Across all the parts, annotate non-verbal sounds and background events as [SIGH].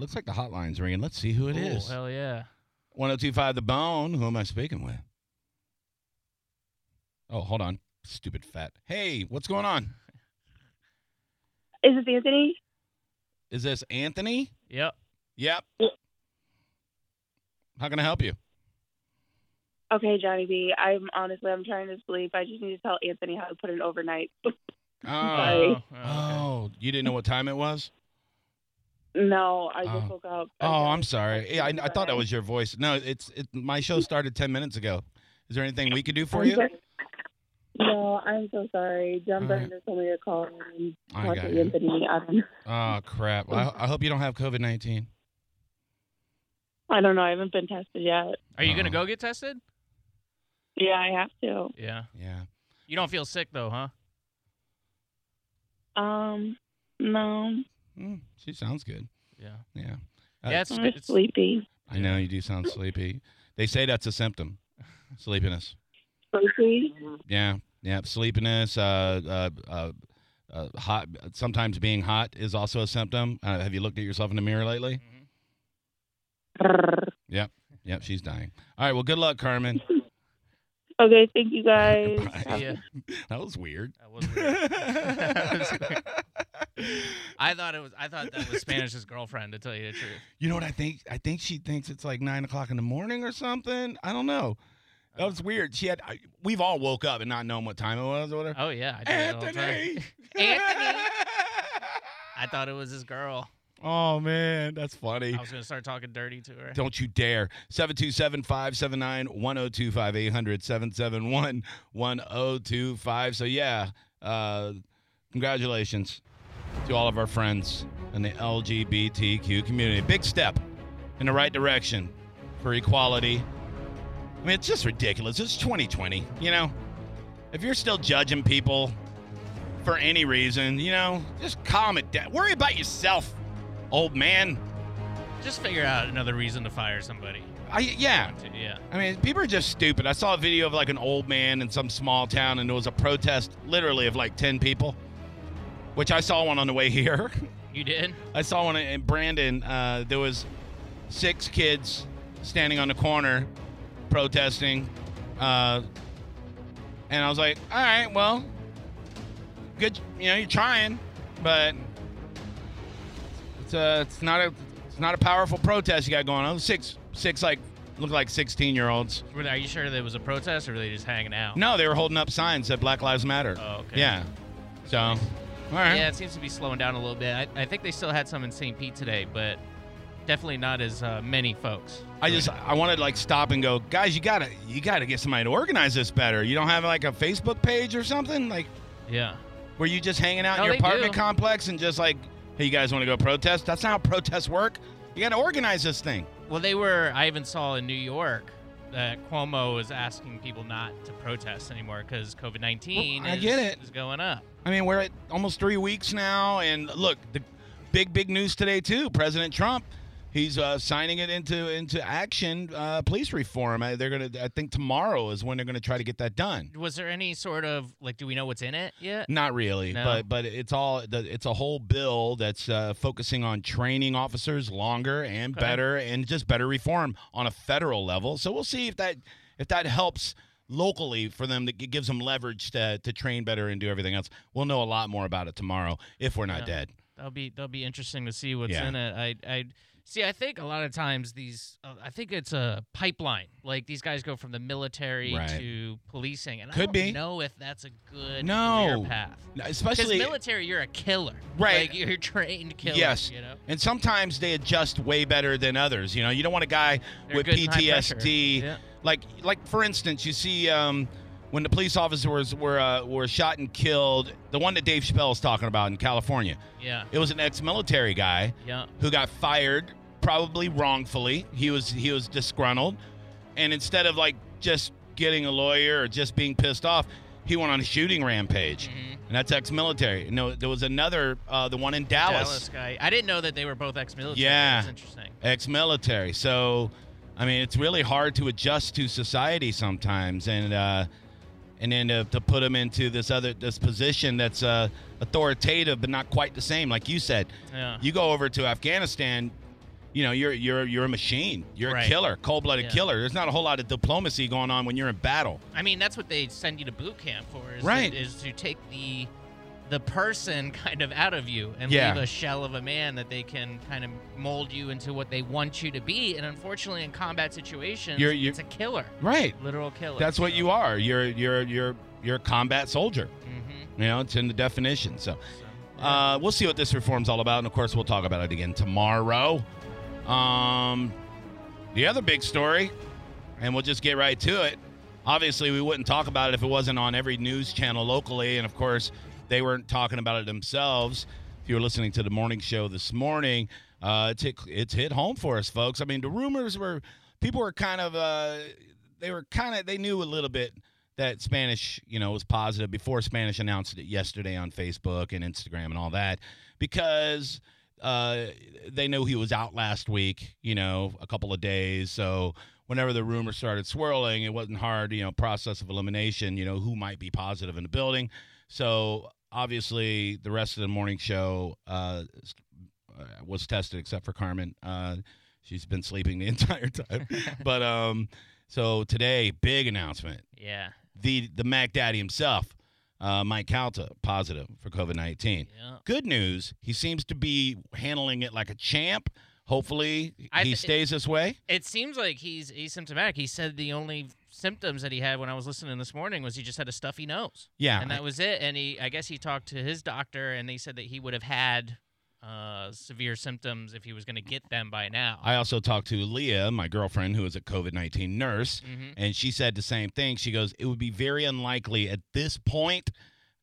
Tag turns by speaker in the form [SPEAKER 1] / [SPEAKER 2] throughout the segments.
[SPEAKER 1] Looks like the hotline's ringing. Let's see who it
[SPEAKER 2] Ooh,
[SPEAKER 1] is.
[SPEAKER 2] Hell yeah.
[SPEAKER 1] 1025 The Bone. Who am I speaking with? Oh, hold on. Stupid fat. Hey, what's going on?
[SPEAKER 3] Is this Anthony?
[SPEAKER 1] Is this Anthony?
[SPEAKER 2] Yep.
[SPEAKER 1] Yep.
[SPEAKER 3] Yeah.
[SPEAKER 1] How can I help you?
[SPEAKER 3] Okay, Johnny B. I'm honestly, I'm trying to sleep. I just need to tell Anthony how to put an overnight.
[SPEAKER 1] Oh,
[SPEAKER 3] Sorry.
[SPEAKER 2] Oh, oh, okay.
[SPEAKER 1] oh, you didn't know what time it
[SPEAKER 2] [LAUGHS]
[SPEAKER 1] was?
[SPEAKER 3] no, I just
[SPEAKER 1] Oh.
[SPEAKER 3] woke up.
[SPEAKER 1] Oh,
[SPEAKER 3] just-
[SPEAKER 1] I'm sorry. Yeah, I, I thought that was your voice. No, it's it, my show started 10 minutes ago. Is there anything we could do for
[SPEAKER 3] I'm
[SPEAKER 1] you?
[SPEAKER 3] so- No, I'm so sorry. John
[SPEAKER 1] All
[SPEAKER 3] Burton
[SPEAKER 1] right.
[SPEAKER 3] just told me to call and
[SPEAKER 1] I
[SPEAKER 3] talk
[SPEAKER 1] got
[SPEAKER 3] to
[SPEAKER 1] you.
[SPEAKER 3] Anthony. I don't,
[SPEAKER 1] Oh, crap. I, I hope you don't have COVID 19.
[SPEAKER 3] [LAUGHS] I don't know. I haven't been tested yet.
[SPEAKER 2] Are you going to
[SPEAKER 1] Uh-oh.
[SPEAKER 2] go get tested?
[SPEAKER 3] Yeah, I have to.
[SPEAKER 2] Yeah.
[SPEAKER 1] Yeah.
[SPEAKER 2] You don't feel sick, though, huh?
[SPEAKER 3] Um, no,
[SPEAKER 1] Mm, she sounds good.
[SPEAKER 2] Yeah.
[SPEAKER 1] Yeah. Uh,
[SPEAKER 2] Yeah, it's,
[SPEAKER 3] I'm
[SPEAKER 2] it's,
[SPEAKER 3] sleepy.
[SPEAKER 1] I know you do sound sleepy. They say that's a symptom, sleepiness. [LAUGHS]
[SPEAKER 3] Sleepy?
[SPEAKER 1] Yeah, yeah, sleepiness. Uh, uh, uh, uh, hot. Sometimes being hot is also a symptom. Uh, have you looked at yourself in the mirror lately?
[SPEAKER 2] Mhm.
[SPEAKER 1] Yep, she's dying. All right. Well, good luck, Carmen.
[SPEAKER 3] Okay, thank you guys.
[SPEAKER 1] Bye.
[SPEAKER 3] Have- [LAUGHS]
[SPEAKER 2] Yeah.
[SPEAKER 1] That was
[SPEAKER 2] [LAUGHS]
[SPEAKER 1] weird.
[SPEAKER 2] That was weird. I thought it was. I thought that was Spanish's girlfriend. To tell you the truth,
[SPEAKER 1] you know what I think? I think she thinks it's like nine o'clock in the morning or something. I don't know. That was weird. She had. I, we've all woke up and not known what time it was or whatever.
[SPEAKER 2] Oh yeah, I did it all the time.
[SPEAKER 1] Anthony.
[SPEAKER 2] Anthony. I thought it was his girl.
[SPEAKER 1] Oh man, that's funny.
[SPEAKER 2] I was gonna start talking dirty to her.
[SPEAKER 1] Don't you dare. 727 579 1025 800 771 1025. So, yeah, uh, congratulations to all of our friends in the LGBTQ community. Big step in the right direction for equality. I mean, it's just ridiculous. It's 2020, you know? If you're still judging people for any reason, you know, just calm it down. Worry about yourself, old man.
[SPEAKER 2] Just figure out another reason to fire somebody.
[SPEAKER 1] I, yeah.
[SPEAKER 2] Yeah.
[SPEAKER 1] I mean, people are just stupid. I saw a video of like an old man in some small town, and there was a protest literally of like 10 people, which I saw one on the way [LAUGHS] here.
[SPEAKER 2] You did?
[SPEAKER 1] I saw one in Brandon. Uh, there was six kids standing on the corner protesting. Uh, and I was like, all right, well, good. You know, you're trying, but it's a, it's not a, it's not a powerful protest you got going on. Six, six like look like 16 year olds.
[SPEAKER 2] Were they- Are you sure there was a protest, or were they just hanging out?
[SPEAKER 1] No, they were holding up signs that Black Lives Matter.
[SPEAKER 2] Oh, okay.
[SPEAKER 1] Yeah. So, all right.
[SPEAKER 2] Yeah, it seems to be slowing down a little bit. I, I think they still had some in St. Pete today, but definitely not as uh, many folks.
[SPEAKER 1] I just I wanted to like stop and go, guys. You gotta you gotta get somebody to organize this better. You don't have like a Facebook page or something like
[SPEAKER 2] Yeah.
[SPEAKER 1] where you just hanging out
[SPEAKER 2] No,
[SPEAKER 1] in your
[SPEAKER 2] they
[SPEAKER 1] apartment
[SPEAKER 2] do.
[SPEAKER 1] complex and just like, hey, you guys want to go protest? That's not how protests work. You gotta organize this thing.
[SPEAKER 2] Well, they were. I even saw in New York that Cuomo was asking people not to protest anymore because COVID nineteen.
[SPEAKER 1] Well, I get it.
[SPEAKER 2] Is going up.
[SPEAKER 1] I mean, we're at almost three weeks now, and look, the big big news today too. President Trump, he's uh, signing it into into action. Uh, police reform. I, they're gonna. I think tomorrow is when they're gonna try to get that done.
[SPEAKER 2] Was there any sort of like? Do we know what's in it yet?
[SPEAKER 1] Not really,
[SPEAKER 2] No.
[SPEAKER 1] but but it's all the- it's a whole bill that's uh, focusing on training officers longer and
[SPEAKER 2] Okay.
[SPEAKER 1] better and just better reform on a federal level. So we'll see if that if that helps locally for them that gives them leverage to to train better and do everything else. We'll know a lot more about it tomorrow if we're not
[SPEAKER 2] Yeah.
[SPEAKER 1] dead.
[SPEAKER 2] That'll be that'll be interesting to see what's
[SPEAKER 1] Yeah.
[SPEAKER 2] in it. I I see. I think a lot of times these. Uh, I think it's a pipeline. Like these guys go from the military
[SPEAKER 1] Right.
[SPEAKER 2] to policing, and I
[SPEAKER 1] Could
[SPEAKER 2] don't
[SPEAKER 1] be.
[SPEAKER 2] know if that's a good
[SPEAKER 1] No.
[SPEAKER 2] career path. Because
[SPEAKER 1] Especially
[SPEAKER 2] military, you're a killer.
[SPEAKER 1] Right.
[SPEAKER 2] Like you're a trained killer.
[SPEAKER 1] Yes.
[SPEAKER 2] You know.
[SPEAKER 1] and sometimes they adjust way better than others. You know, you don't want a guy
[SPEAKER 2] They're
[SPEAKER 1] with
[SPEAKER 2] good in high pressure.
[SPEAKER 1] PTSD.
[SPEAKER 2] Yeah.
[SPEAKER 1] like like for instance, you see um, when the police officers were uh, were shot and killed, the one that Dave Chappelle is talking about in California.
[SPEAKER 2] Yeah.
[SPEAKER 1] It was an ex-military guy
[SPEAKER 2] Yeah.
[SPEAKER 1] who got fired probably wrongfully. He was he was disgruntled, and instead of like just getting a lawyer or just being pissed off, he went on a shooting rampage,
[SPEAKER 2] Mhm.
[SPEAKER 1] and that's ex-military. No, there was another, uh, the one in Dallas,
[SPEAKER 2] guy. I didn't know that they were both ex-military.
[SPEAKER 1] Yeah.
[SPEAKER 2] That's interesting.
[SPEAKER 1] ex-military. So, I mean, it's really hard to adjust to society sometimes, and uh, and then to, to put him into this other this position that's uh, authoritative but not quite the same, like you said.
[SPEAKER 2] Yeah.
[SPEAKER 1] You go over to Afghanistan, you know, you're you're you're a machine. You're a
[SPEAKER 2] Right.
[SPEAKER 1] killer, cold-blooded
[SPEAKER 2] Yeah.
[SPEAKER 1] killer. There's not a whole lot of diplomacy going on when you're in battle.
[SPEAKER 2] I mean, that's what they send you to boot camp for. Is
[SPEAKER 1] Right.
[SPEAKER 2] To, is to take the the person [LAUGHS] kind of out of you and
[SPEAKER 1] Yeah.
[SPEAKER 2] leave a shell of a man that they can kind of mold you into what they want you to be. And unfortunately, in combat situations,
[SPEAKER 1] You're- you're-
[SPEAKER 2] it's a killer,
[SPEAKER 1] Right.
[SPEAKER 2] literal killer.
[SPEAKER 1] That's what you are. You're you're you're you're a combat soldier.
[SPEAKER 2] Mm-hmm.
[SPEAKER 1] You know, it's in the definition. So
[SPEAKER 2] So,
[SPEAKER 1] uh, we'll see what this reform's all about, and of course, we'll talk about it again tomorrow. Um, the other big story, and we'll just get right to it. Obviously, we wouldn't talk about it if it wasn't on every news channel locally, and of course, they weren't talking about it themselves. If you were listening to the morning show this morning, uh, it's hit, it's hit home for us, folks. I mean, the rumors were people were kind of uh, they were kind of they knew a little bit that Spanish, you know, was positive before Spanish announced it yesterday on Facebook and Instagram and all that because uh, they know he was out last week, you know, a couple of days. So whenever the rumor started swirling, it wasn't hard, you know, process of elimination, you know, who might be positive in the building. So obviously, the rest of the morning show uh, s- uh, was tested except for Carmen. Uh, she's been sleeping the [LAUGHS] entire time. but um, so today, big announcement
[SPEAKER 2] yeah.
[SPEAKER 1] the the Mac Daddy himself, uh, Mike Calta, positive for COVID nineteen.
[SPEAKER 2] Yeah.
[SPEAKER 1] Good news, he seems to be handling it like a champ. Hopefully,
[SPEAKER 2] I
[SPEAKER 1] he
[SPEAKER 2] th-
[SPEAKER 1] stays this way.
[SPEAKER 2] It seems like he's asymptomatic. He said the only symptoms that he had when I was listening this morning was he just had a stuffy nose.
[SPEAKER 1] Yeah,
[SPEAKER 2] and that was it. And he, I guess, he talked to his doctor, and they said that he would have had uh, severe symptoms if he was going to get them by now.
[SPEAKER 1] I also talked to Leah, my girlfriend, who is a COVID nineteen nurse,
[SPEAKER 2] Mhm.
[SPEAKER 1] and she said the same thing. She goes, "It would be very unlikely at this point."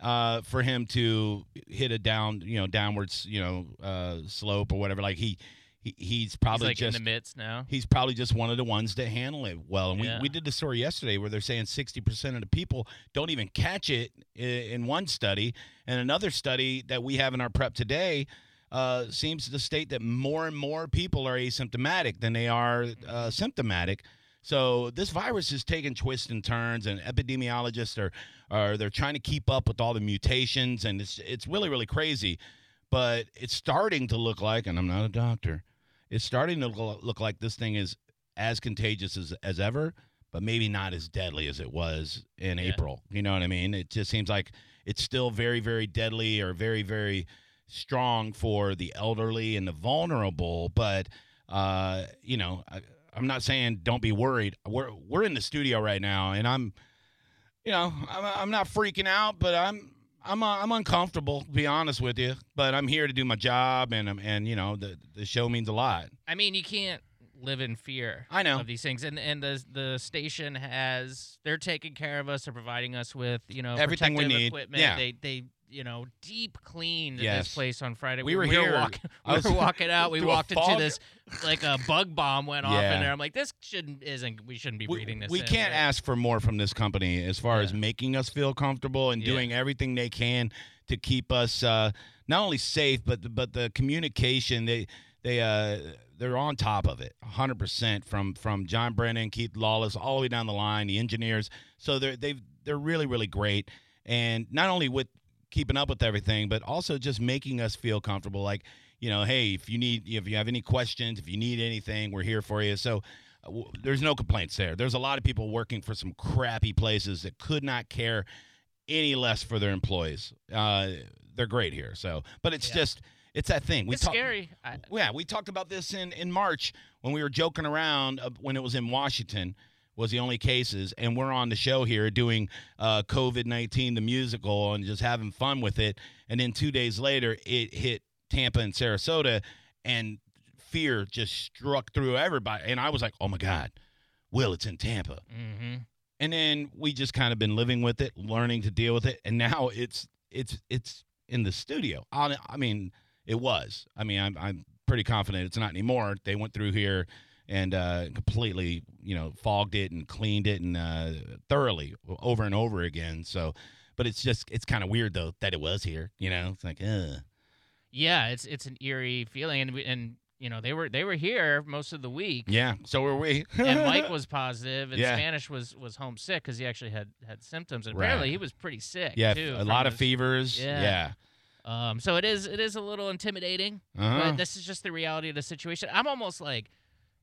[SPEAKER 1] Uh, for him to hit a down, you know, downwards, you know, uh, slope or whatever. Like he, he he's probably
[SPEAKER 2] He's like
[SPEAKER 1] just
[SPEAKER 2] in the midst now.
[SPEAKER 1] he's probably just one of the ones that handle it well. And we,
[SPEAKER 2] Yeah.
[SPEAKER 1] we did the story yesterday where they're saying 60% of the people don't even catch it i- in one study. And another study that we have in our prep today uh, seems to state that more and more people are asymptomatic than they are uh, symptomatic. So this virus is taking twists and turns, and epidemiologists are are they're trying to keep up with all the mutations, and it's it's really really crazy. But it's starting to look like, and I'm not a doctor, it's starting to lo- look like this thing is as contagious as, as ever, but maybe not as deadly as it was in
[SPEAKER 2] Yeah.
[SPEAKER 1] April. You know what I mean? It just seems like it's still very, very deadly or very, very strong for the elderly and the vulnerable. But, uh, you know, I, I'm not saying don't be worried. We're, we're in the studio right now, and I'm, you know, I'm, I'm not freaking out, but I'm. I'm, uh, I'm uncomfortable, to be honest with you, but I'm here to do my job, and I'm- and you know the the show means a lot.
[SPEAKER 2] I mean, you can't live in fear.
[SPEAKER 1] I know.
[SPEAKER 2] of these things, and and the the station has they're taking care of us, they're providing us with you know
[SPEAKER 1] Everything we
[SPEAKER 2] protective
[SPEAKER 1] need.
[SPEAKER 2] Equipment.
[SPEAKER 1] Yeah.
[SPEAKER 2] They they you know deep cleaned
[SPEAKER 1] Yes.
[SPEAKER 2] this place on Friday.
[SPEAKER 1] We were here.
[SPEAKER 2] walking.
[SPEAKER 1] [LAUGHS] I was-
[SPEAKER 2] we [LAUGHS] were walking out. We
[SPEAKER 1] through a
[SPEAKER 2] walked into
[SPEAKER 1] fog.
[SPEAKER 2] this like a bug bomb went off
[SPEAKER 1] Yeah.
[SPEAKER 2] in there. I'm like, this shouldn't isn't we shouldn't be
[SPEAKER 1] We-
[SPEAKER 2] breathing this.
[SPEAKER 1] We
[SPEAKER 2] in,
[SPEAKER 1] can't
[SPEAKER 2] right?
[SPEAKER 1] ask for more from this company as far as
[SPEAKER 2] Yeah.
[SPEAKER 1] making us feel comfortable and
[SPEAKER 2] Yeah.
[SPEAKER 1] doing everything they can to keep us uh, not only safe but the, but the communication they they uh, they're on top of it 100% from from John Brennan, Keith Lawless all the way down the line, the engineers. So they're they've they're really really great and not only with keeping up with everything but also just making us feel comfortable like you know, hey, if you need, if you have any questions, if you need anything, we're here for you. So uh, w- there's no complaints there. There's a lot of people working for some crappy places that could not care any less for their employees. Uh, they're great here. So, but it's
[SPEAKER 2] Yeah.
[SPEAKER 1] just, it's that thing.
[SPEAKER 2] it's
[SPEAKER 1] talk-
[SPEAKER 2] scary. I,
[SPEAKER 1] yeah, we talked about this in in March when we were joking around uh, when it was in Washington was the only cases, and we're on the show here doing uh, COVID nineteen the musical and just having fun with it, and then two days later it hit Tampa and Sarasota, and fear just struck through everybody, and I was like, oh my god, Will, it's in Tampa,
[SPEAKER 2] mm-hmm.
[SPEAKER 1] and then we just kind of been living with it, learning to deal with it, and now it's it's it's in the studio. On I mean, it was. I mean, I'm I'm pretty confident it's not anymore. They went through here and uh, completely, you know, fogged it and cleaned it and uh, thoroughly over and over again. So, but it's just it's kind of weird though that it was here. You know, it's like, uh,
[SPEAKER 2] Yeah, it's it's an eerie feeling, and we, and you know they were they were here most of the week.
[SPEAKER 1] yeah. So were we?
[SPEAKER 2] [LAUGHS]
[SPEAKER 1] [LAUGHS]
[SPEAKER 2] and Mike was positive, and
[SPEAKER 1] Yeah.
[SPEAKER 2] Spanish was was homesick because he actually had had symptoms. And
[SPEAKER 1] Right.
[SPEAKER 2] apparently, he was pretty sick.
[SPEAKER 1] yeah,
[SPEAKER 2] too,
[SPEAKER 1] a
[SPEAKER 2] from
[SPEAKER 1] lot of
[SPEAKER 2] his-
[SPEAKER 1] fevers.
[SPEAKER 2] Yeah.
[SPEAKER 1] Yeah.
[SPEAKER 2] Um, so it is it is a little intimidating,
[SPEAKER 1] Uh-huh.
[SPEAKER 2] but this is just the reality of the situation. I'm almost like.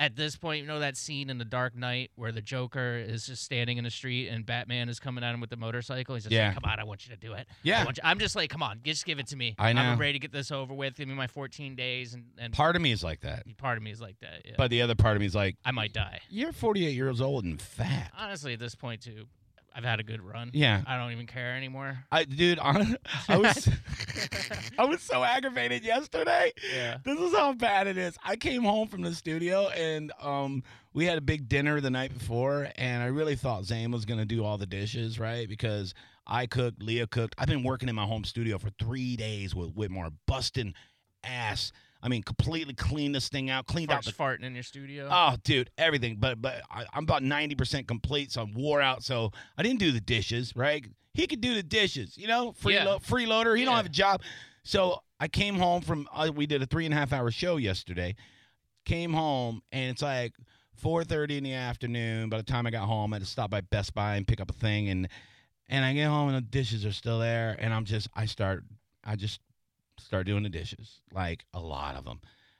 [SPEAKER 2] At this point, you know that scene in The Dark Knight where the Joker is just standing in the street and Batman is coming at him with the motorcycle. He's just
[SPEAKER 1] Yeah.
[SPEAKER 2] like, "Come on, I want you to do it. I
[SPEAKER 1] yeah.
[SPEAKER 2] am just like, come on, just give it to me.
[SPEAKER 1] I know.
[SPEAKER 2] I'm ready to get this over with. Give me my 14 days." And, and
[SPEAKER 1] Part of me is like that,
[SPEAKER 2] part of me is like that. Yeah.
[SPEAKER 1] but the other part of me is like,
[SPEAKER 2] I might die.
[SPEAKER 1] you're 48 years old and fat.
[SPEAKER 2] Honestly, at this point, too, I've had a good run.
[SPEAKER 1] Yeah.
[SPEAKER 2] I don't even care
[SPEAKER 1] [LAUGHS]
[SPEAKER 2] anymore.
[SPEAKER 1] I dude, hon- I [LAUGHS] was I was so aggravated yesterday.
[SPEAKER 2] Yeah.
[SPEAKER 1] This is how bad it is. I came home from the studio and um we had a big dinner the night before and I really thought Zane was gonna do all the dishes, right? Because I cooked, Leah cooked. I've been working in my home studio for three days with Whitmore, busting ass. I mean, completely cleaned this thing out, cleaned out
[SPEAKER 2] Farts
[SPEAKER 1] the
[SPEAKER 2] farting in your studio.
[SPEAKER 1] Oh, dude, everything. But but I, I'm about ninety percent complete, so I'm wore out. So I didn't do the dishes. Right? He could do the dishes. You know, free
[SPEAKER 2] Yeah.
[SPEAKER 1] lo- freeloader. He don't
[SPEAKER 2] Yeah.
[SPEAKER 1] have a job. So I came home from uh, we did a three and a half hour show yesterday. Came home and it's like four thirty in the afternoon. By the time I got home, I had to stop by Best Buy and pick up a thing and and I get home and the dishes are still there and I'm just I start I just start doing the dishes like a lot of them.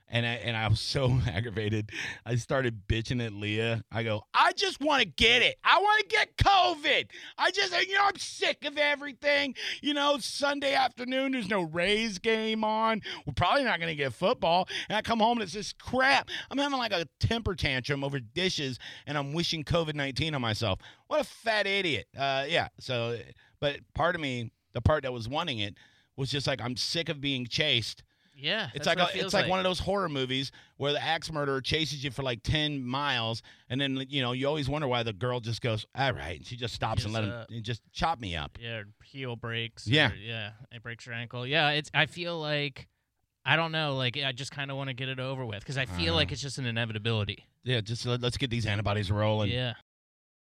[SPEAKER 1] And I, and I was so [LAUGHS] aggravated. I started bitching at Leah. I go, I just want to get it. I want to get COVID. I just, you know, I'm sick of everything. You know, Sunday afternoon, there's no Rays game on. We're probably not going to get football. And I come home and it's just crap. I'm having like a temper tantrum over dishes and I'm wishing COVID 19 on myself. What a fat idiot. Uh, yeah. So, but part of me, the part that was wanting it, was just like, I'm sick of being chased
[SPEAKER 2] yeah.
[SPEAKER 1] it's
[SPEAKER 2] that's
[SPEAKER 1] like a-
[SPEAKER 2] what it
[SPEAKER 1] it's
[SPEAKER 2] feels
[SPEAKER 1] like, one of those horror movies where the axe murderer chases you for like ten miles, and then you know you always wonder why the girl just goes all right, and she just stops and
[SPEAKER 2] Just,
[SPEAKER 1] let him
[SPEAKER 2] uh,
[SPEAKER 1] and just chop me up.
[SPEAKER 2] Yeah, or heel breaks.
[SPEAKER 1] Yeah.
[SPEAKER 2] or- yeah. It breaks your ankle. Yeah. It's. I feel like. I don't know. Like I just kind of want to get it over with because I feel
[SPEAKER 1] Uh.
[SPEAKER 2] like it's just an inevitability.
[SPEAKER 1] Yeah, just let, us get these antibodies rolling.
[SPEAKER 2] Yeah.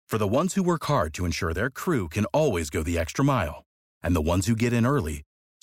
[SPEAKER 4] For the ones who work hard to ensure their crew can always go the extra mile, and the ones who get in early